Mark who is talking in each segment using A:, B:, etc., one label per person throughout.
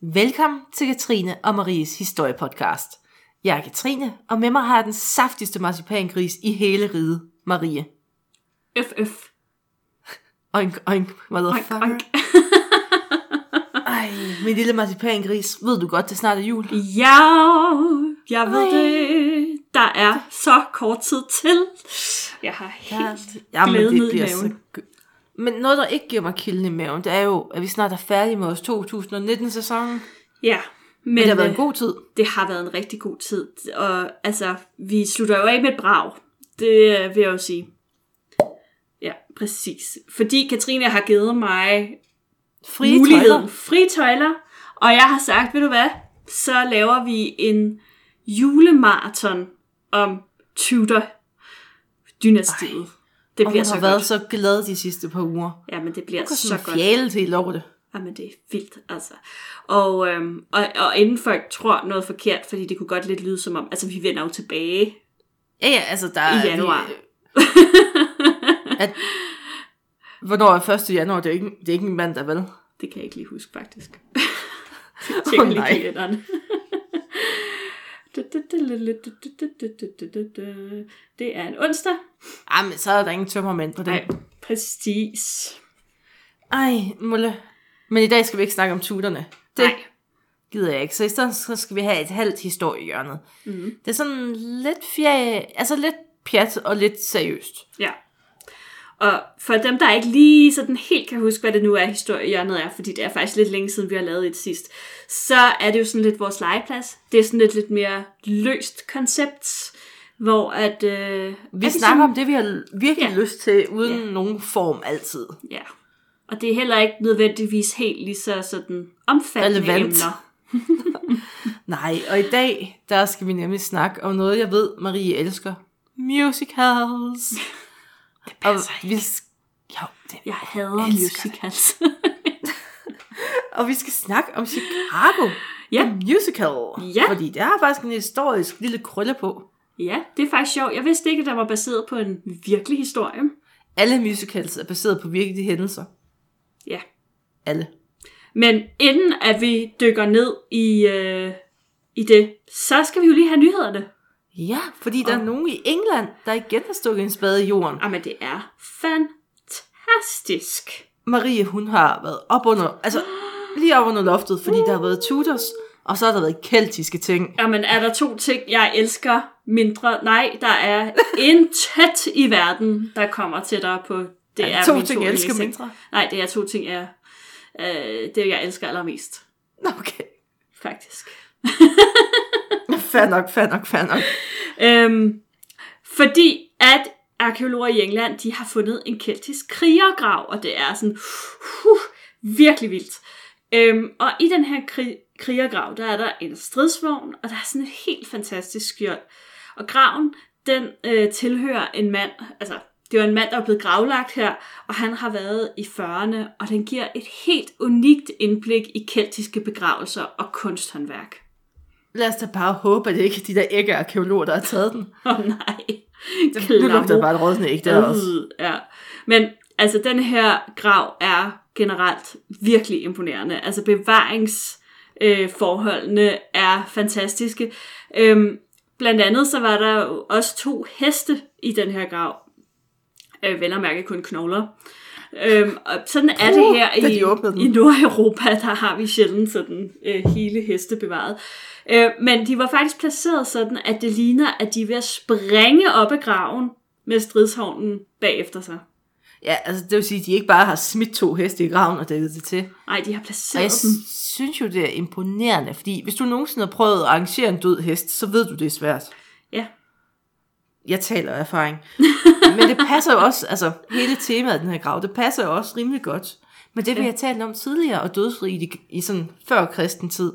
A: Velkommen til Katrine og Maries historiepodcast. Jeg er Katrine, og med mig har jeg den saftigste marcipangris i hele riget, Marie.
B: Øf, øf.
A: Oink, oink,
B: Oink,
A: motherfucker.
B: oink.
A: Ej, min lille marcipangris, ved du godt, det snart er jul.
B: Ja, jeg ved
A: Ej.
B: det. Der er så kort tid til. Jeg har helt... glæde ned i maven.
A: gø- Men noget, der ikke giver mig kilden i maven, det er jo, at vi snart er færdige med vores 2019-sæson.
B: Ja, men
A: Det har været
B: øh,
A: en god tid.
B: det har været en rigtig god tid. Og altså, vi slutter jo af med et brag. Det øh, vil jeg jo sige. Ja, præcis. Fordi Katrine har givet mig
A: Frie
B: muligheden.
A: tøjler.
B: Frie tøjler. Og jeg har sagt, ved du hvad, så laver vi en julemarathon om Tudor-dynastiet. Det
A: Og
B: bliver
A: hun
B: så
A: har
B: godt.
A: været så glad de sidste par uger.
B: Ja, men det bliver
A: Hun går
B: så
A: sådan
B: godt.
A: fjæle til lortet.
B: Jamen, det er vildt, altså. Og, øhm, og, og inden folk tror noget forkert, fordi det kunne godt lidt lyde som om, altså vi vender jo tilbage
A: Ja, ja, altså der
B: i
A: er...
B: januar.
A: Vi, at, hvornår er 1. januar? Det er ikke, det er ikke min mand, der vel.
B: Det kan jeg ikke lige huske, faktisk.
A: Åh,
B: Tjek lige
A: nej.
B: kalenderen. Det er en onsdag.
A: Ej, men så er der ingen tømmermænd på det.
B: Nej, præcis.
A: Ej, Mulle. Men i dag skal vi ikke snakke om tuterne. Det
B: Nej.
A: gider jeg ikke. Så i stedet så skal vi have et halvt historiehjørnet.
B: Mhm.
A: Det er sådan lidt fjer... Altså lidt pjat og lidt seriøst.
B: Ja. Og for dem, der ikke lige sådan helt kan huske, hvad det nu er, historiehjørnet er, fordi det er faktisk lidt længe siden, vi har lavet et sidst, så er det jo sådan lidt vores legeplads. Det er sådan et lidt mere løst koncept, hvor at... Øh,
A: Vi
B: er
A: snakker
B: det
A: sådan... om det, vi har virkelig
B: Ja.
A: ja. lyst til, uden
B: Ja.
A: ja. nogen form altid.
B: Ja. Og det er heller ikke nødvendigvis helt lige så sådan omfattende
A: Relevant.
B: emner.
A: Nej, og i dag, der skal vi nemlig snakke om noget, jeg ved, Marie elsker. Musicals. det
B: passer
A: og vi, sk- jo, det.
B: Jeg hader altså.
A: Elsker
B: musicals.
A: og vi skal snakke om Chicago.
B: Ja.
A: The musical.
B: Ja.
A: Fordi det har faktisk en historisk lille krølle på.
B: ja, det er faktisk sjovt. Jeg vidste ikke, at der var baseret på en virkelig historie.
A: Alle musicals er baseret på virkelige hændelser.
B: Ja.
A: Alle.
B: Men inden at vi dykker ned i, øh, i det, så skal vi jo lige have nyhederne.
A: Ja, fordi der
B: Og-
A: er nogen i England, der igen har stukket en spade i jorden.
B: Jamen, det er fantastisk.
A: Marie, hun har været op under, altså lige op under loftet, fordi der har været Tudors, og så har der været keltiske ting.
B: Jamen, er der to ting, jeg elsker mindre? Nej, der er intet i verden, der kommer til dig på... Det
A: Ja,
B: er
A: to
B: mine
A: ting, jeg elsker
B: yndlingsting.
A: mindre.
B: Nej, det er to ting, jeg, øh, det jeg elsker allermest,
A: Nå, okay.
B: faktisk.
A: Fair nok, fair nok, fair nok.
B: Øhm, fordi at arkeologer i England, de har fundet en keltisk krigergrav, og det er sådan huh, virkelig vildt. Øhm, og i den her krig, krigergrav, der er der en stridsvogn, og der er sådan et helt fantastisk skjold. Og graven, den øh, tilhører en mand, altså det var en mand, der er blevet gravlagt her, og han har været i 40'erne, og den giver et helt unikt indblik i keltiske begravelser og kunsthåndværk.
A: Lad os da bare håbe, at det ikke er de der ægge arkeologer, der har taget den.
B: Åh oh, nej,
A: Det, nu lugter bare et rådende æg der også.
B: Øh, Ja. Men altså, den her grav er generelt virkelig imponerende. Altså, bevaringsforholdene øh, forholdene er fantastiske. Øhm, blandt andet så var der jo også to heste i den her grav. Øh, vel at mærke kun knogler. Øhm, og sådan er det
A: Puh,
B: her
A: da
B: i,
A: de åbnede den.
B: i Nordeuropa, der har vi sjældent sådan øh, hele heste bevaret. Øh, men de var faktisk placeret sådan, at det ligner, at de er ved at springe op ad graven med stridshovnen bagefter sig.
A: Ja, altså det vil sige, at de ikke bare har smidt to heste i graven og dækket det til.
B: Nej, de har
A: Og
B: placeret
A: jeg
B: dem.
A: synes jo, det er imponerende, fordi hvis du nogensinde har prøvet at arrangere en død hest, så ved du, det er svært.
B: Ja.
A: Jeg taler af erfaring. Men det passer jo også, altså hele temaet af den her grav, det passer jo også rimelig godt. Men det vi
B: Ja.
A: har talt om tidligere, og dødsriget i, i sådan før kristen tid.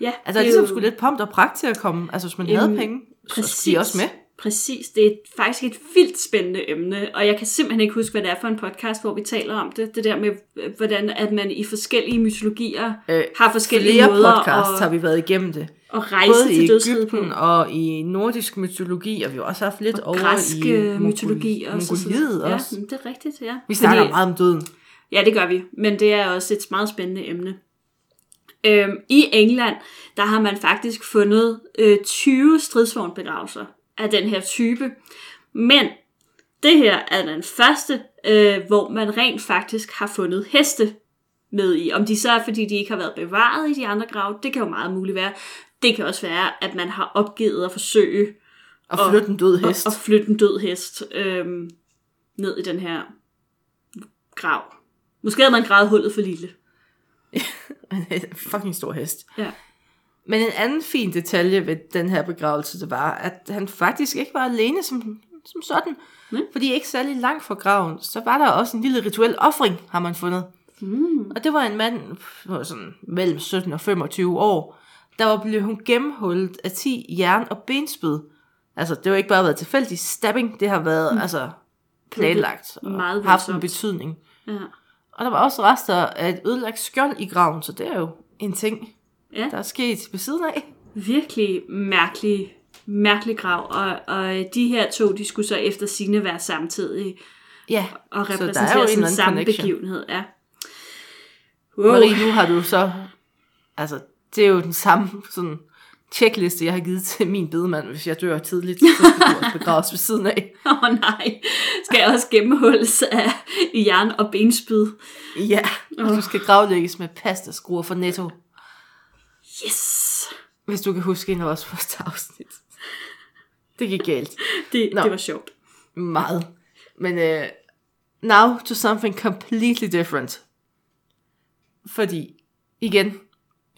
B: ja
A: Altså der
B: det er
A: ligesom
B: jo-
A: skulle lidt pomp og pragt til at komme. Altså hvis man
B: Jamen,
A: havde penge, så skulle de også med.
B: Præcis. Det er faktisk et vildt spændende emne, og jeg kan simpelthen ikke huske, hvad det er for en podcast, hvor vi taler om det. Det der med, øh, hvordan at man i forskellige mytologier
A: Øh,
B: har forskellige
A: Flere
B: måder
A: podcasts har
B: at,
A: vi været igennem det.
B: at rejse
A: Både
B: til
A: i
B: dødsriget på.
A: Ægypten og i nordisk mytologi, og vi har også haft lidt
B: Og
A: over
B: græsk
A: i
B: øh,
A: Mongol-
B: mytologi og så- så-
A: Mongoliet
B: ja,
A: også.
B: men det er rigtigt, ja.
A: Vi snakker meget om døden.
B: Ja, det gør vi, men det er også et meget spændende emne. Øhm, I England, der har man faktisk fundet øh, 20 stridsvognbegravelser af den her type. Men det her er den første, øh, hvor man rent faktisk har fundet heste med i. Om de så er, fordi de ikke har været bevaret i de andre grave, det kan jo meget muligt være. Det kan også være, at man har opgivet at forsøge
A: Og flytte en død hest.
B: at, at flytte en død hest øhm, ned i den her grav. Måske havde man gravet hullet for lille.
A: en fucking stor hest.
B: Ja.
A: Men en anden fin detalje ved den her begravelse, det var, at han faktisk ikke var alene som, som sådan.
B: Nej.
A: Fordi ikke særlig langt fra graven, så var der også en lille rituel ofring, har man fundet.
B: Mm.
A: Og det var en mand på sådan mellem 17 og 25 år, der var blevet hun gennemhullet af 10 jern- og benspyd. Altså, det var ikke bare været tilfældig stabbing, det har været mm. altså planlagt og
B: Meget
A: haft en
B: voldsomt.
A: betydning.
B: Ja.
A: Og der var også rester af et ødelagt skjold i graven, så det er jo en ting,
B: Ja.
A: der er sket ved siden af.
B: Virkelig mærkelig, mærkelig grav. Og, og de her to, de skulle så efter sine være samtidig
A: Ja,
B: og
A: så der
B: repræsentere
A: er jo en
B: sådan
A: eller
B: en
A: anden
B: samme
A: connection.
B: begivenhed. Ja. Wow.
A: Marie, nu har du så... Altså, det er jo den samme sådan, checkliste, jeg har givet til min bedemand, hvis jeg dør tidligt, så skal du også begraves ved siden af.
B: Åh oh, nej, skal jeg også gennemhulles af i jern og benspyd.
A: Ja, og du skal gravlægges med pastaskruer fra Netto,
B: Yes!
A: hvis du kan huske en af vores første afsnit. Det gik galt.
B: Det,
A: Nå.
B: det var sjovt.
A: Meget. Men uh, now to something completely different. Fordi, igen,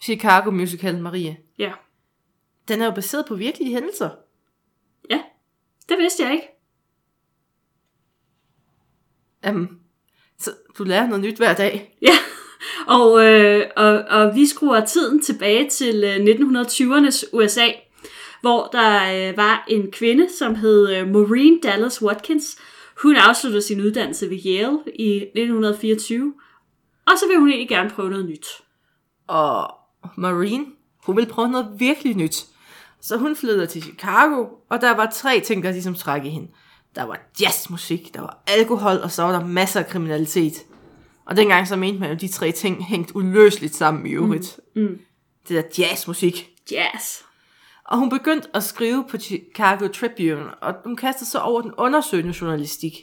A: Chicago Musical Marie,
B: Ja.
A: den er jo baseret på virkelige hændelser.
B: ja, det vidste jeg ikke.
A: Um, så du lærer noget nyt hver dag.
B: Ja, og, øh, og, og vi skruer tiden tilbage til øh, 1920'ernes USA, hvor der øh, var en kvinde, som hed øh, Maureen Dallas Watkins. Hun afsluttede sin uddannelse ved Yale i 1924, og så vil hun egentlig gerne prøve noget nyt.
A: Og Marine, hun ville prøve noget virkelig nyt. Så hun flytter til Chicago, og der var tre ting, der ligesom trak i hende. Der var jazzmusik, der var alkohol, og så var der masser af kriminalitet. Og dengang så mente man jo, at de tre ting hængte uløseligt sammen i øvrigt. Mm.
B: mm.
A: Det der jazzmusik.
B: Yes.
A: Og hun begyndte at skrive på Chicago Tribune, og hun kastede sig over den undersøgende journalistik.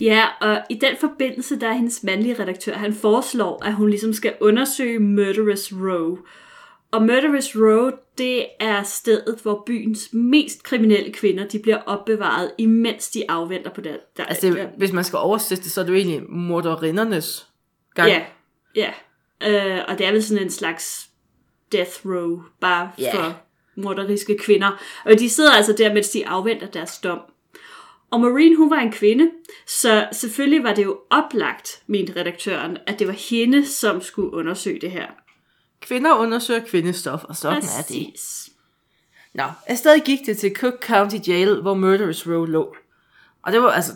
B: Ja, og i den forbindelse, der er hendes mandlige redaktør, han foreslår, at hun ligesom skal undersøge Murderous Row. Og Murderous Row, det er stedet, hvor byens mest kriminelle kvinder, de bliver opbevaret, imens de afventer på der. der
A: Altså, det, hvis man skal oversætte det, så er det jo egentlig morderindernes gang.
B: ja, ja. Øh, og det er vel sådan en slags death row, bare
A: Ja.
B: yeah. for morderiske kvinder. Og de sidder altså der, mens de afventer deres dom. Og Maureen, hun var en kvinde, så selvfølgelig var det jo oplagt, mente redaktøren, at det var hende, som skulle undersøge det her.
A: Kvinder undersøger kvindestof, og sådan er det.
B: Præcis.
A: Nå, afsted gik det til Cook County Jail, hvor Murderous Row lå. Og det var altså,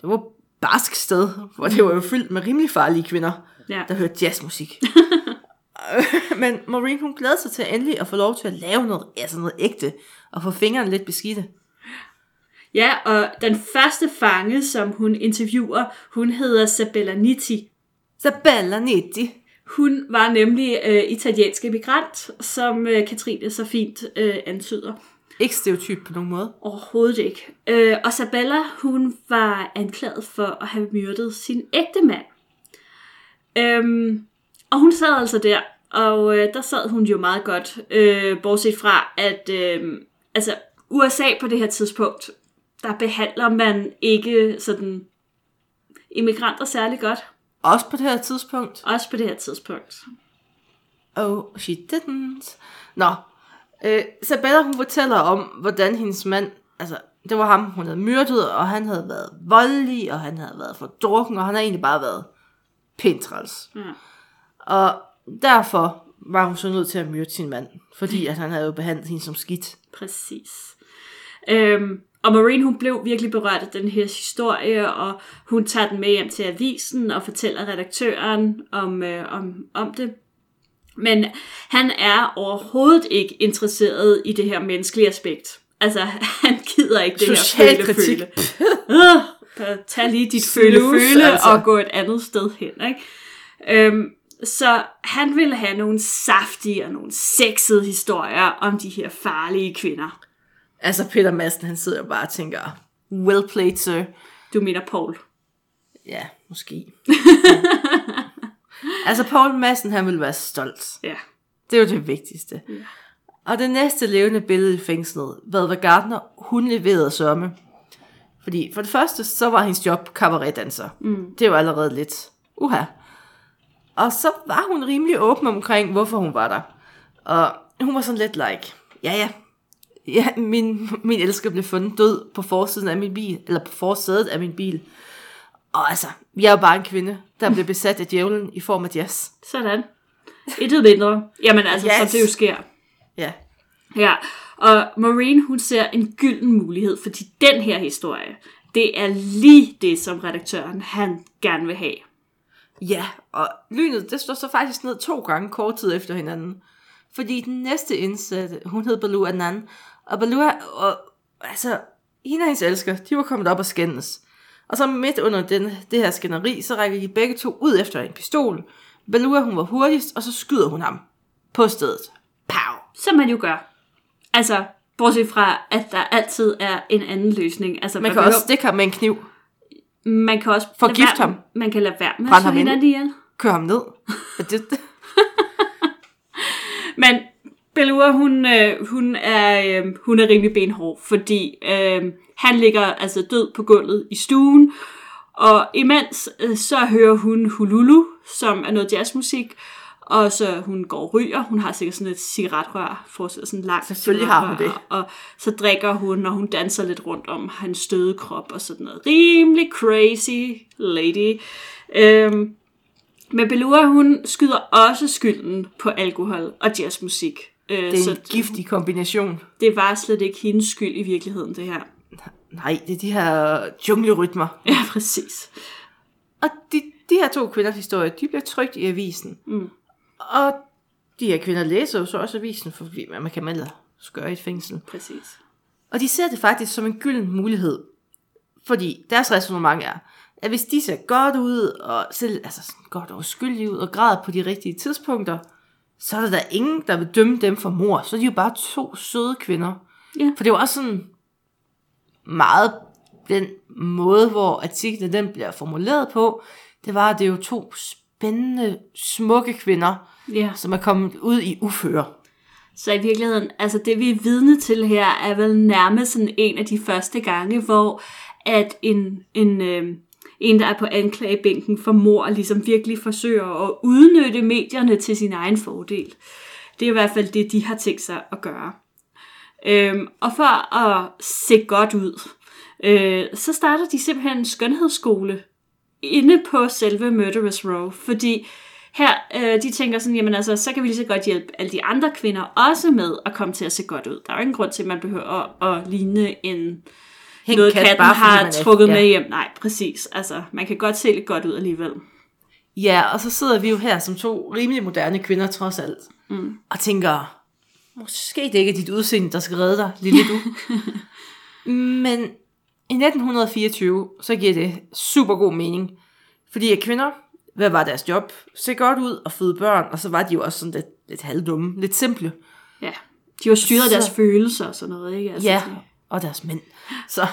A: det var et barsk sted, hvor det var jo fyldt med rimelig farlige kvinder,
B: Ja.
A: der hørte jazzmusik. Men Maureen, hun glædede sig til endelig at få lov til at lave noget, altså noget ægte, og få fingeren lidt beskidte.
B: Ja, og den første fange, som hun interviewer, hun hedder Sabella Nitti,
A: Så baller 90.
B: Hun var nemlig øh, italiensk emigrant, som øh, Katrine så fint øh, antyder.
A: Ikke stereotyp på nogen måde.
B: Overhovedet ikke. Øh, og Sabella, hun var anklaget for at have myrdet sin ægte mand. Øhm, og hun sad altså der, og øh, der sad hun jo meget godt, øh, bortset fra, at øh, altså, USA på det her tidspunkt, der behandler man ikke sådan immigranter særlig godt,
A: Også på det her tidspunkt.
B: også på det her tidspunkt.
A: Oh, she didn't. Nå, øh, Sabella hun fortæller om, hvordan hendes mand, altså det var ham, hun havde myrdet, og han havde været voldelig, og han havde været for drukken, og han havde egentlig bare været pænt træls.
B: Ja.
A: Og derfor var hun så nødt til at myrde sin mand, fordi at han havde jo behandlet hende som skidt.
B: Præcis. Øhm, og Maureen, hun blev virkelig berørt af den her historie, og hun tager den med hjem til avisen og fortæller redaktøren om, øh, om, om det. Men han er overhovedet ikke interesseret i det her menneskelige aspekt. Altså, han gider ikke det
A: Social
B: her
A: kritik.
B: føle-føle. Øh, tag lige dit
A: Snus,
B: føle-føle
A: altså.
B: og gå et andet sted hen, ikke? Øhm, Så han ville have nogle saftige og nogle sexede historier om de her farlige kvinder.
A: Altså Peter Madsen, han sidder bare og tænker, well played, sir.
B: Du mener Paul.
A: Ja, måske. altså Paul Madsen, han ville være stolt.
B: Ja.
A: Det er jo det vigtigste. Ja. Og det næste levende billede i fængslet, hvad var Gardner, hun leverede sørme. Fordi for det første, så var hendes job kabaretdanser. Mm. Det var allerede lidt. Uha. Og så var hun rimelig åben omkring, hvorfor hun var der. Og hun var sådan lidt like, ja ja, ja min, min elsker blev fundet død på forsiden af min bil, eller på forsædet af min bil. Og altså, jeg er jo bare en kvinde, der blev besat af djævlen i form af jazz.
B: Sådan. Intet mindre. Jamen altså, yes.
A: Yes.
B: som det jo sker.
A: Ja,
B: Ja, og Maureen, hun ser en gylden mulighed, fordi den her historie, det er lige det, som redaktøren, han gerne vil have.
A: Ja, og lynet, det står så faktisk ned to gange kort tid efter hinanden. Fordi den næste indsatte, hun hed Baloo Anan, og Baloo, og, altså, hende og hendes elsker, de var kommet op og skændes. Og så midt under den, det her skænderi, så rækker de begge to ud efter en pistol. Baloo, hun var hurtigst, og så skyder hun ham på stedet. Pow!
B: Som man jo gør. Altså, bortset fra, at der altid er en anden løsning. Altså,
A: Man kan også stikke ham med en kniv,
B: man kan også
A: Forgift
B: lade være-
A: ham.
B: Man kan lade være med
A: Brænd
B: at slå
A: ham inde.
B: hinanden ihjel.
A: køre ham ned. Og det,
B: Men Belua, hun, øh, hun, er, øh, hun er rimelig benhård, fordi øh, han ligger altså død på gulvet i stuen, og imens øh, så hører hun Hululu, som er noget jazzmusik, og så hun går og ryger, hun har sikkert sådan et cigaretrør, for sådan en lang
A: Selvfølgelig har hun det.
B: cigaretrør, Og så drikker hun, og hun danser lidt rundt om hans døde krop og sådan noget. Rimelig crazy lady. Øhm, men Belua, hun skyder også skylden på alkohol og jazzmusik. Øh,
A: det er en
B: så
A: giftig kombination.
B: det var slet ikke hendes skyld i virkeligheden, det her.
A: Nej, det er de her junglerytmer.
B: Ja, præcis.
A: Og de, de her to kvinders historie, de bliver trygt i avisen.
B: Mm.
A: Og de her kvinder læser jo så også avisen, for man kan melde skøre i et fængsel.
B: præcis.
A: Og de ser det faktisk som en gylden mulighed. Fordi deres resonemang er, at hvis de ser godt ud, og selv, altså sådan godt og uskyldige ud, og græder på de rigtige tidspunkter, så er der da ingen, der vil dømme dem for mor. Så er de jo bare to søde kvinder.
B: Ja.
A: For det var også sådan meget den måde, hvor artiklen den bliver formuleret på, det var, at det er jo to spændende, smukke kvinder,
B: Ja.
A: som er kommet ud i uføre.
B: Så i virkeligheden, altså det vi er vidne til her, er vel nærmest sådan en af de første gange, hvor at en, en, øh, en der er på anklagebænken for mor, ligesom virkelig forsøger at udnytte medierne til sin egen fordel. Det er i hvert fald det, de har tænkt sig at gøre. Øhm, og for at se godt ud, øh, så starter de simpelthen en skønhedsskole inde på selve Murderous Row, fordi her, øh, de tænker sådan, jamen altså, så kan vi lige så godt hjælpe alle de andre kvinder også med at komme til at se godt ud. Der er jo ingen grund til, at man behøver at, at ligne en
A: Hæng
B: noget,
A: kat,
B: katten
A: bare fordi man
B: har
A: er-
B: trukket
A: ja.
B: med hjem. Nej, præcis. Altså, man kan godt se lidt godt ud alligevel.
A: Ja, og så sidder vi jo her som to rimelig moderne kvinder trods alt, mm. og tænker, måske det ikke er dit udseende, der skal redde dig, lille du. Men i 1924, så giver det super god mening. Fordi at kvinder, hvad var deres job? Se godt ud og føde børn, og så var de jo også sådan lidt, lidt halvdumme, lidt simple.
B: Ja. De har styret så...
A: Så-
B: deres følelser og sådan noget, ikke? Altså,
A: Ja,
B: sådan-
A: og deres mænd. Så,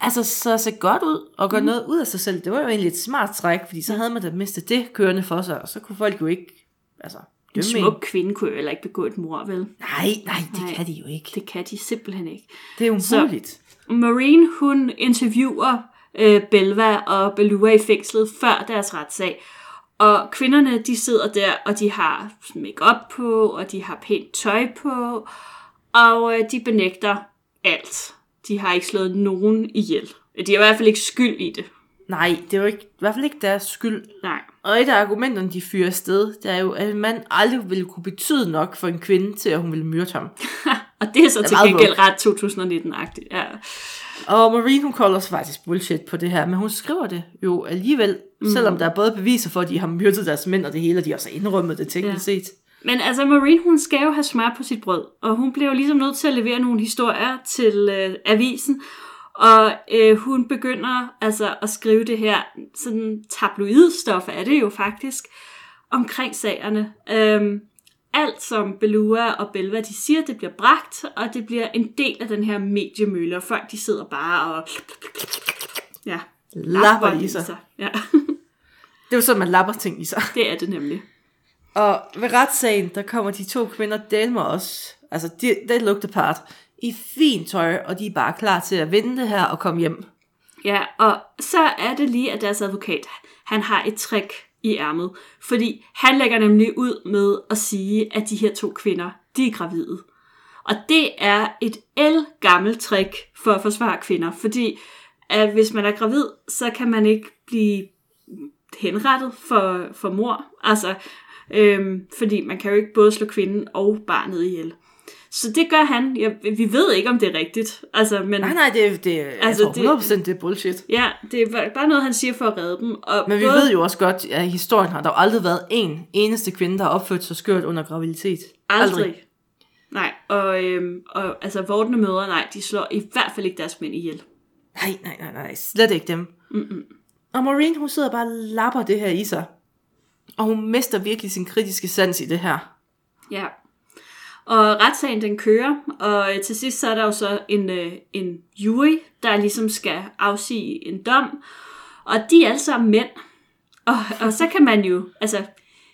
A: altså, så se godt ud og gøre mm. noget ud af sig selv. Det var jo egentlig et smart træk, fordi så havde man da mistet det kørende for sig, og så kunne folk jo ikke, altså,
B: En
A: dømme
B: smuk kvinde kunne jo heller ikke begå et mor, vel?
A: Nej, nej, det
B: Nej.
A: nej. kan de jo ikke.
B: Det kan de simpelthen ikke.
A: Det er umuligt. Så.
B: Maureen, hun interviewer øh, Belva og Belua i fængslet før deres retssag. Og kvinderne, de sidder der, og de har makeup på, og de har pænt tøj på, og øh, de benægter alt. De har ikke slået nogen ihjel. De er i hvert fald ikke skyld i det.
A: Nej, det er jo ikke, i hvert fald ikke deres skyld.
B: Nej.
A: Og et af argumenterne, de fyrer afsted, det er jo, at en mand aldrig ville kunne betyde nok for en kvinde, til at hun ville myrde ham.
B: Og det er så til
A: meget
B: gengæld ret 2019-agtigt. Ja.
A: Og Maureen, hun kolder os faktisk bullshit på det her, men hun skriver det jo alligevel,
B: Mhm.
A: mm. selvom der er både beviser for, at de har myrdet deres mænd og det hele, og de har så indrømmet det teknisk ja. set.
B: Men altså, Maureen, hun skal jo have smør på sit brød, og hun bliver jo ligesom nødt til at levere nogle historier til øh, avisen, og øh, hun begynder altså at skrive det her sådan tabloidstof, er det jo faktisk. omkring sagerne. Øhm, alt som Belua og Belva de siger, det bliver bragt, og det bliver en del af den her mediemølle, og folk de sidder bare og... Ja,
A: Lapper i sig.
B: Ja,
A: Det er jo sådan, man lapper ting i sig.
B: det er det nemlig.
A: Og ved retssagen, der kommer de to kvinder delmer også, altså de, det lugter part, i fint tøj, og de er bare klar til at vinde det her og komme hjem.
B: Ja, og så er det lige, at deres advokat, han har et trick i ærmet. Fordi han lægger nemlig ud med at sige, at de her to kvinder, de er gravide. Og det er et el gammelt trick for at forsvare kvinder. Fordi at hvis man er gravid, så kan man ikke blive henrettet for, for mor. Altså, øhm, fordi man kan jo ikke både slå kvinden og barnet ihjel. Så det gør han. Jeg, vi ved ikke, om det er rigtigt. Altså, men...
A: Nej, nej, det, det altså,
B: Altså,
A: jeg
B: det-
A: tror 100% det, det er bullshit.
B: Ja, det er bare- bare noget, han siger for at redde dem. Og
A: Men vi
B: både,
A: ved jo også godt, at i historien har der jo aldrig været en eneste kvinde, der har opført sig skørt under graviditet.
B: aldrig. aldrig. Nej, og, øhm, og altså, vortende mødre, nej, de slår i hvert fald ikke deres mænd ihjel.
A: Nej, nej, nej, nej, slet ikke dem. Mm-mm. Og Maureen, hun sidder bare og lapper det her i sig. Og hun mister virkelig sin kritiske sans i det her.
B: Ja. Og retssagen den kører, og øh, til sidst så er der jo så en, øh, en jury, der ligesom skal afsige en dom. Og de er alle sammen mænd. Og, og så kan man jo, altså,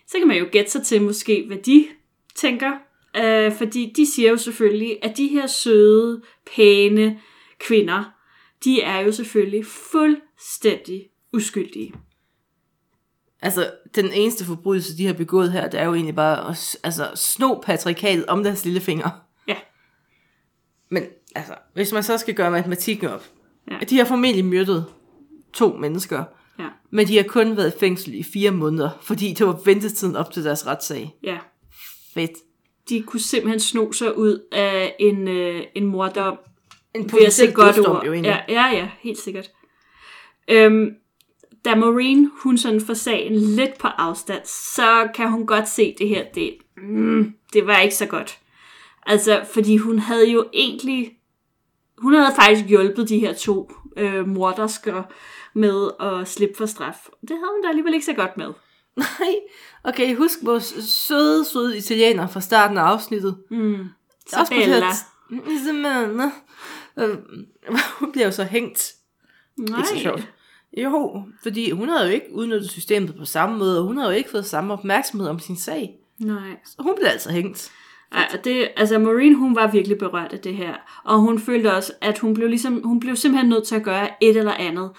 B: så kan man jo gætte sig til måske, hvad de tænker. Øh, fordi de siger jo selvfølgelig, at de her søde, pæne kvinder, de er jo selvfølgelig fuldstændig uskyldige.
A: Altså, den eneste forbrydelse, de har begået her, det er jo egentlig bare at s- altså, sno patriarkatet om deres lillefinger.
B: Ja.
A: Men altså, hvis man så skal gøre matematikken op.
B: Ja.
A: De har formentlig myrdet to mennesker,
B: Ja,
A: men de har kun været i fængsel i fire måneder, fordi det var ventetiden op til deres retssag.
B: ja.
A: Fedt.
B: De kunne simpelthen sno sig ud af en, øh, en mordom,
A: En
B: vil jeg se
A: potentiel
B: godt
A: dødsdom
B: ord.
A: jo egentlig.
B: ja, ja, ja, helt sikkert. Øhm, da Maureen, hun sådan får sagen lidt på afstand, så kan hun godt se det her, det, mm, det var ikke så godt. Altså, fordi hun havde jo egentlig, hun havde faktisk hjulpet de her to øh, mordersker med at slippe for straf. Det havde hun da alligevel ikke så godt med.
A: Nej. Okay, husk vores søde, søde italiener fra starten af afsnittet.
B: Mm.
A: Der er også blevet
B: Isabella.
A: hørt- Isabella. Øh, Hun bliver jo så hængt.
B: Nej.
A: Ikke så sjovt. Jo, fordi hun havde jo ikke udnyttet systemet på samme måde, og hun havde jo ikke fået samme opmærksomhed om sin sag.
B: Nej.
A: Så hun blev altså hængt.
B: Ej, og det, altså Maureen, hun var virkelig berørt af det her, og hun følte også, at hun blev, ligesom, hun blev simpelthen nødt til at gøre et eller andet.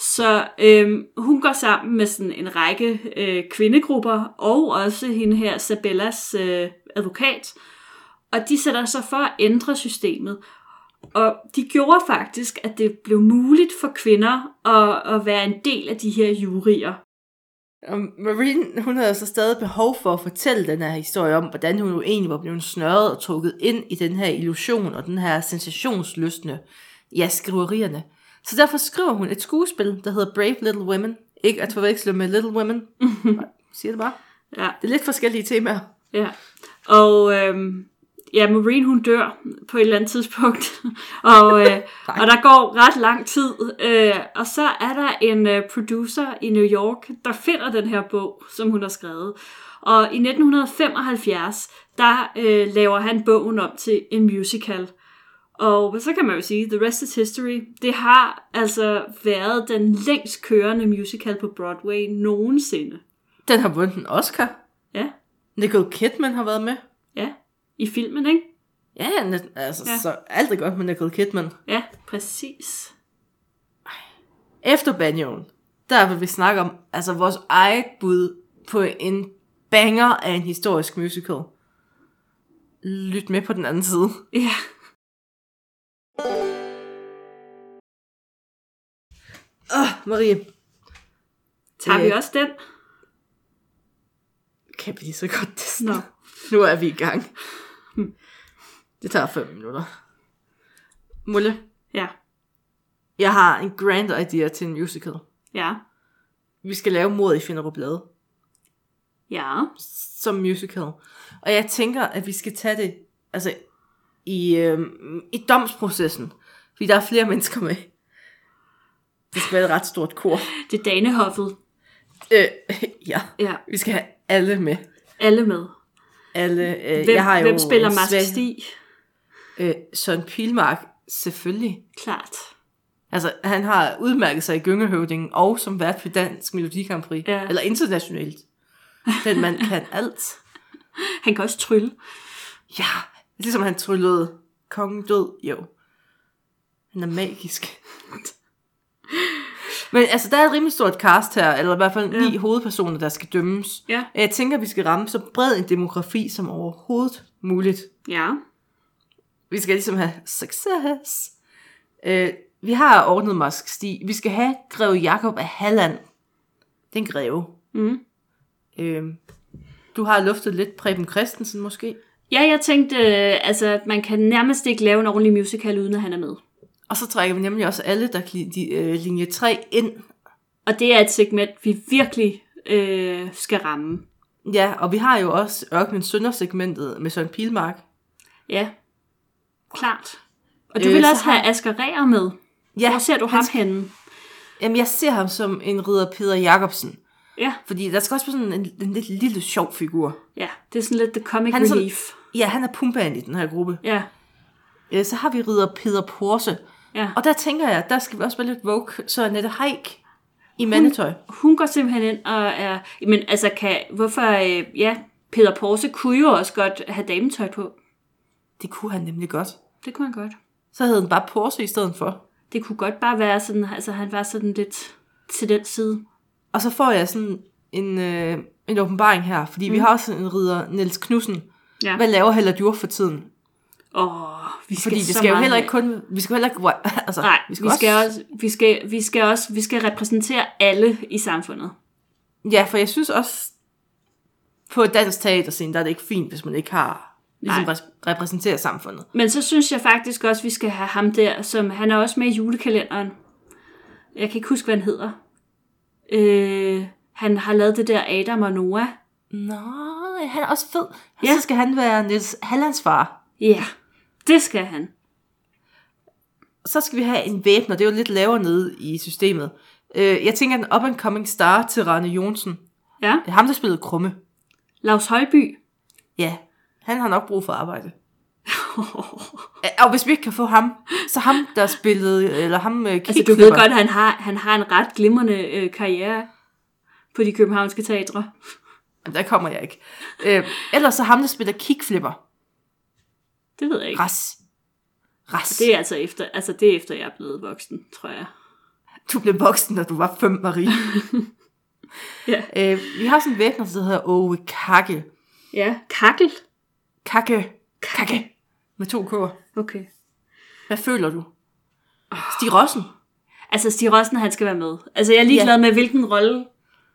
B: Så øhm, hun går sammen med sådan en række øh, kvindegrupper, og også hende her, Sabellas øh, advokat, og de sætter sig for at ændre systemet. Og de gjorde faktisk, at det blev muligt for kvinder at, at være en del af de her jurier.
A: Og Marine, hun havde så stadig behov for at fortælle den her historie om, hvordan hun jo egentlig var blevet snørret og trukket ind i den her illusion og den her sensationsløsne, ja, skriverierne. Så derfor skriver hun et skuespil, der hedder Brave Little Women. Ikke at forveksle med Little Women. Nej, Siger det bare.
B: Ja.
A: Det er lidt forskellige temaer.
B: Ja, og øhm, ja, Maureen hun dør på et eller andet tidspunkt, og, øh, og der går ret lang tid, øh, og så er der en øh, producer i New York, der finder den her bog, som hun har skrevet. Og i 1975, der øh, laver han bogen om til en musical. Og så kan man jo sige, The Rest is History, det har altså været den længst kørende musical på Broadway nogensinde.
A: Den har vundet en Oscar.
B: Ja,
A: Nicole Kidman har været med.
B: ja, i filmen, ikke?
A: Ja, ja, net- altså, ja.
B: Ja.
A: så alt er godt med Nicole Kidman.
B: Ja, præcis.
A: Efter banjoen, der vil vi snakke om altså vores eget bud på en banger af en historisk musical. Lyt med på den anden side.
B: Ja.
A: Åh, oh, Marie.
B: Tager
A: Øh.
B: vi også den?
A: Kan vi lige så godt det
B: Nå.
A: snart? Nu er vi i gang. Hm. Det tager 5 minutter. Mulle,
B: Ja.
A: jeg har en grand idea til en musical.
B: Ja.
A: Vi skal lave mod i Finderup Blade.
B: Ja.
A: som musical. Og jeg tænker, at vi skal tage det altså, i, øh, i domsprocessen, fordi der er flere mennesker med. Det skal være et ret stort kor.
B: Det er Danehoffet.
A: Øh, ja,
B: Ja.
A: vi skal have alle med.
B: Alle med.
A: Alle, øh,
B: Hvem,
A: jeg har jo
B: hvem spiller
A: en
B: Mads
A: svag-
B: Stig?
A: Øh, Søren Pilmark, selvfølgelig.
B: Klart.
A: Altså, han har udmærket sig i Gyngehøvdingen og som vært på Dansk Melodi Grand Prix.
B: Ja.
A: Eller internationalt. Den mand kan alt.
B: Han kan også trylle.
A: Ja, ligesom han tryllede Kongen død, jo. Han er magisk. Men altså, der er et rimelig stort cast her, eller i hvert fald ni hovedpersoner, der skal dømmes. Øh,
B: Ja.
A: Jeg tænker, vi skal ramme så bred en demografi som overhovedet muligt.
B: Ja.
A: Vi skal ligesom have success. Øh, vi har ordnet Mosk Sti. Vi skal have Greve Jakob af Halland. Den greve.
B: Mm.
A: Øh, du har luftet lidt Preben Christensen måske.
B: Ja, jeg tænkte, øh, altså, at man kan nærmest ikke lave en ordentlig musical, uden at han er med.
A: Og så trækker vi nemlig også alle, der kan de, øh, linje 3 ind.
B: Og det er et segment, vi virkelig øh, skal ramme.
A: Ja, og vi har jo også Ørkenens Sønder-segmentet med Søren Pilmark.
B: Ja, klart. Og du
A: Øh,
B: øh, vil
A: så
B: også
A: har-
B: have Asger Ræer med.
A: Ja,
B: Hvor ser du ham
A: han-
B: henne?
A: Jamen, jeg ser ham som en ridder Peter Jacobsen.
B: Ja,
A: Fordi der skal også være sådan en, en lidt lille sjov figur.
B: ja. Det er sådan lidt the comic
A: Han
B: han
A: er sådan-
B: relief. Sådan...
A: Ja, han er pumpaen i den her gruppe.
B: Ja,
A: Øh, Så har vi ridder Peter Porse,
B: ja. Og
A: Og der tænker jeg, der skal vi også være lidt woke, så Annette Haik i mandetøj.
B: hun går simpelthen ind og er... Men altså, kan, hvorfor... Øh, ja, Peter Porse kunne jo også godt have dametøj på.
A: Det kunne han nemlig godt.
B: Det kunne han godt.
A: Så havde han bare Porsche i stedet for.
B: Det kunne godt bare være sådan... Altså, han var sådan lidt til den side.
A: Og så får jeg sådan en, øh, en åbenbaring her, fordi mm. vi har også en ridder, Niels Knudsen.
B: Ja.
A: Hvad laver Heller Djur for tiden?
B: Åh, vi skal
A: Fordi det
B: så
A: skal jo
B: meget
A: heller
B: have.
A: ikke kun... Vi skal heller ikke... Altså,
B: Nej, vi skal, vi, skal også, vi, skal, vi skal også, vi skal repræsentere alle i samfundet.
A: Ja, for jeg synes også, på et dansk teaterscene, der er det ikke fint, hvis man ikke har... Ligesom
B: Nej.
A: rep- repræsenterer samfundet.
B: Men så synes jeg faktisk også, vi skal have ham der, som han er også med i julekalenderen. Jeg kan ikke huske, hvad han hedder. Øh, han har lavet det der Adam og Noah.
A: Nå, han er også fed. Ja.
B: Ja.
A: Så skal han være Niels Hallands far.
B: Ja, det skal han.
A: så skal vi have en væbner, det er jo lidt lavere nede i systemet. Øh, jeg tænker, en up-and-coming star til Rane Jonsen.
B: Ja,
A: Det er ham, der spillede Krumme.
B: Lars Højby.
A: Ja, han har nok brug for arbejde. Øh, Og hvis vi ikke kan få ham, så ham, der spillede, eller ham øh,
B: Altså, du ved godt, at han har, han har en ret glimrende øh, karriere på de københavnske teatre.
A: godt. Der kommer jeg ikke. Øh, ellers så ham, der spiller kickflipper.
B: Det ved jeg ikke.
A: Ras. Ras.
B: Det er altså efter, altså det er efter jeg er blevet voksen, tror jeg.
A: Du blev voksen, når du var fem, Marie.
B: Ja.
A: øh, vi har sådan en væbner, der hedder Ove Kakke.
B: Ja, kakkel.
A: Kakke. Kakke. Med to k'er.
B: Okay.
A: Hvad føler du? Stig Rossen.
B: Altså, Stig Rossen, han skal være med. Altså, jeg er ligeglad ja. med, hvilken rolle.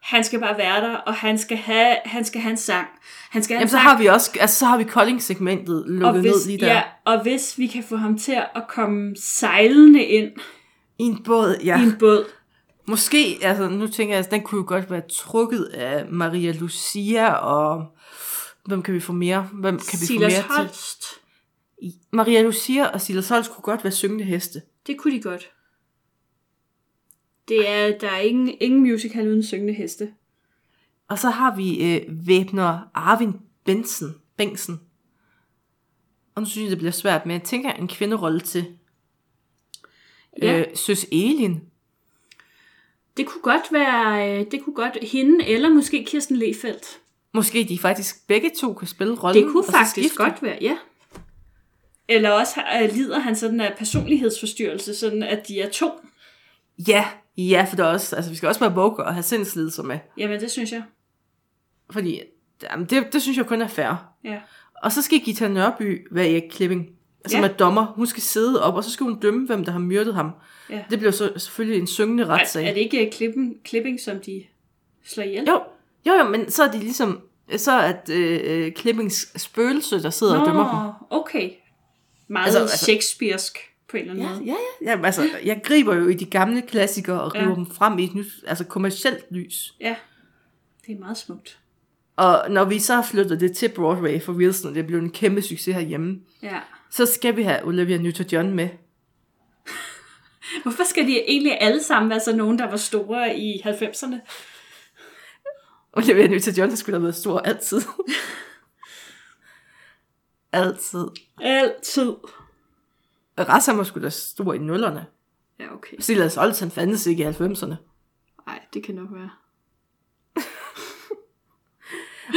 B: Han skal bare være der, og han skal have, han skal have en sang. Han skal have
A: Jamen,
B: en
A: så
B: sang,
A: har vi også, altså, så har vi Kolding-segmentet
B: og
A: lukket
B: hvis,
A: ned lige der.
B: Ja, og hvis vi kan få ham til at komme sejlende ind
A: I en båd, ja.
B: i en båd.
A: Måske, altså, nu tænker jeg, altså, den kunne jo godt være trukket af Maria Lucia, og hvem kan vi få mere? Hvem kan vi
B: Silas
A: få mere til?
B: Holst.
A: I- Maria Lucia og Silas Holst kunne godt være syngende heste.
B: Det kunne de godt. Det er, der er ingen, ingen musical uden syngende heste.
A: Og så har vi øh, væbner Arvin Benson. Bengtsen. Og nu synes jeg, det bliver svært, men jeg tænker en kvinderolle til.
B: Ja.
A: Ja. Øh, Søs Elin.
B: Det kunne godt være, øh, det kunne godt hende, eller måske Kirsten Lefeldt.
A: Måske de faktisk begge to kan spille rollen.
B: Det kunne
A: og så
B: faktisk
A: skifte.
B: godt være, ja. Eller også øh, lider han sådan af personlighedsforstyrrelse, sådan at de er to.
A: Ja, ja, for der er også, altså, vi skal også være våge og have sindslidelser med.
B: Jamen, det synes jeg.
A: Fordi jamen, det, det synes jeg kun er fair.
B: Ja. Og
A: Og så skal Gita Nørby være Erik Klipping, som
B: Ja.
A: er dommer. Hun skal sidde op, og så skal hun dømme, hvem der har myrdet ham.
B: Ja.
A: Det bliver så selvfølgelig en syngende
B: Er,
A: retssag.
B: er det ikke øh, klippen, klipping, som de slår ihjel?
A: Jo, jo, jo, men så er de ligesom, så er det, øh, øh, Klippings spøgelse, der sidder Nå. og dømmer ham.
B: okay. Meget
A: Altså,
B: altså,
A: altså-
B: altså, shakespearsk på en eller anden
A: Ja,
B: måde.
A: ja, ja. Jamen, altså, jeg griber jo i de gamle klassikere og river ja.
B: Ja.
A: dem frem i et nyt, altså kommercielt lys.
B: Ja. Det er meget smukt.
A: Og når vi så har flyttet det til Broadway for Wilson, og det blev en kæmpe succes herhjemme,
B: Ja.
A: så skal vi have Olivia Newton-John med.
B: Hvorfor skal de egentlig alle sammen være så nogen, der var store i 90'erne?
A: Og jeg vil nødt til, John han skulle have været stor altid. altid.
B: Altid.
A: Rasmus skulle da stor i nullerne.
B: Ja, okay.
A: Silas Olsen fandtes ikke i 90'erne.
B: Nej, det kan nok være.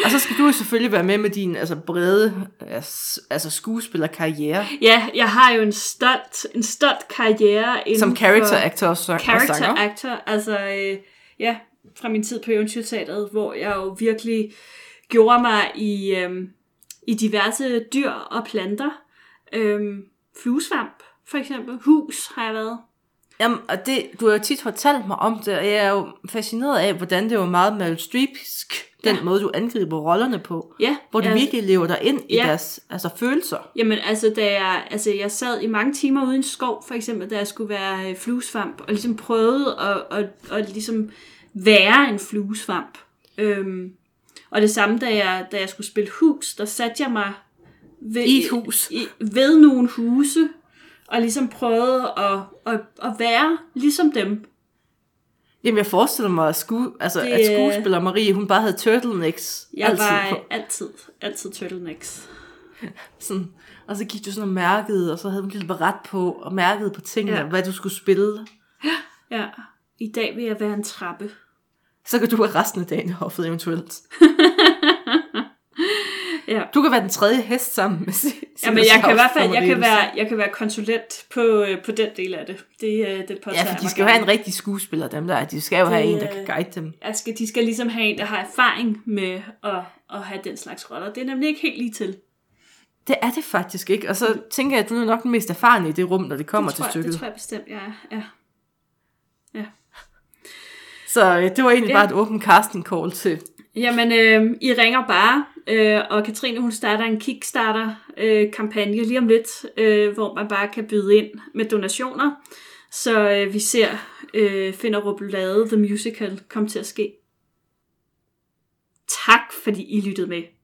A: Og så skal du jo selvfølgelig være med med din altså, brede altså, altså skuespillerkarriere
B: Ja, jeg har jo en stolt, en stolt karriere inden
A: som character
B: for-
A: actor og, sang- og
B: character
A: sanger.
B: actor, altså øh, ja, fra min tid på Eventyrteateret, hvor jeg jo virkelig gjorde mig i, øh, i diverse dyr og planter. Øh, fluesvamp, for eksempel. Hus har jeg været.
A: Jamen, og det, du har jo tit fortalt mig om det, og jeg er jo fascineret af, hvordan det var meget Meryl Streepsk, den
B: Ja.
A: måde du angriber rollerne på.
B: Ja,
A: Hvor du
B: jeg-
A: virkelig lever dig ind i
B: Ja.
A: deres altså, følelser.
B: Jamen altså, da jeg, altså, jeg sad i mange timer ude i en skov, for eksempel, da jeg skulle være øh, fluesvamp, og ligesom prøvede at, at, at ligesom være en fluesvamp. Øhm, og det samme, da jeg, da jeg skulle spille hus, der satte jeg mig ved,
A: I et hus.
B: I, ved nogle huse, og ligesom prøvede at, at, at være ligesom dem.
A: Jamen, jeg forestiller mig, at, sku, altså,
B: Det, øh,
A: at skuespiller Marie, hun bare havde turtlenecks
B: Jeg
A: altid
B: var øh,
A: på.
B: altid, altid turtlenecks.
A: Sådan, og så gik du sådan og mærkede, og så havde hun et lille beret på, og mærkede på tingene,
B: Ja.
A: ja. hvad du skulle spille.
B: Ja, i dag vil jeg være en trappe.
A: Så kan du have resten af dagen i hoffet eventuelt.
B: Ja.
A: Du kan være den tredje hest sammen med Silas
B: Jamen, jeg kan i hvert fald,
A: og
B: jeg kan
A: Marie.
B: være, jeg kan være konsulent på, øh, på den del af det. Det, øh, det påtager
A: Ja, for
B: jeg
A: de skal jo
B: mig
A: have en
B: gerne.
A: rigtig skuespiller, dem der. De skal jo
B: Det,
A: have en, der kan
B: øh,
A: guide dem.
B: jeg skal, de skal ligesom have en, der har erfaring med at, at have den slags roller. Det er nemlig ikke helt lige til.
A: Det er det faktisk ikke. Og så tænker jeg, at du er nok den mest erfarne i det rum, når det kommer
B: det tror,
A: til
B: jeg,
A: stykket.
B: det tror jeg bestemt, jeg er. Ja.
A: Så øh, det var egentlig
B: Ja.
A: bare et åbent casting call til.
B: Jamen, øh, I ringer bare, øh, og Katrine hun starter en Kickstarter-kampagne lige om lidt, øh, hvor man bare kan byde ind med donationer. Så øh, vi ser øh, Finderup Lade The Musical komme til at ske. Tak fordi I lyttede med.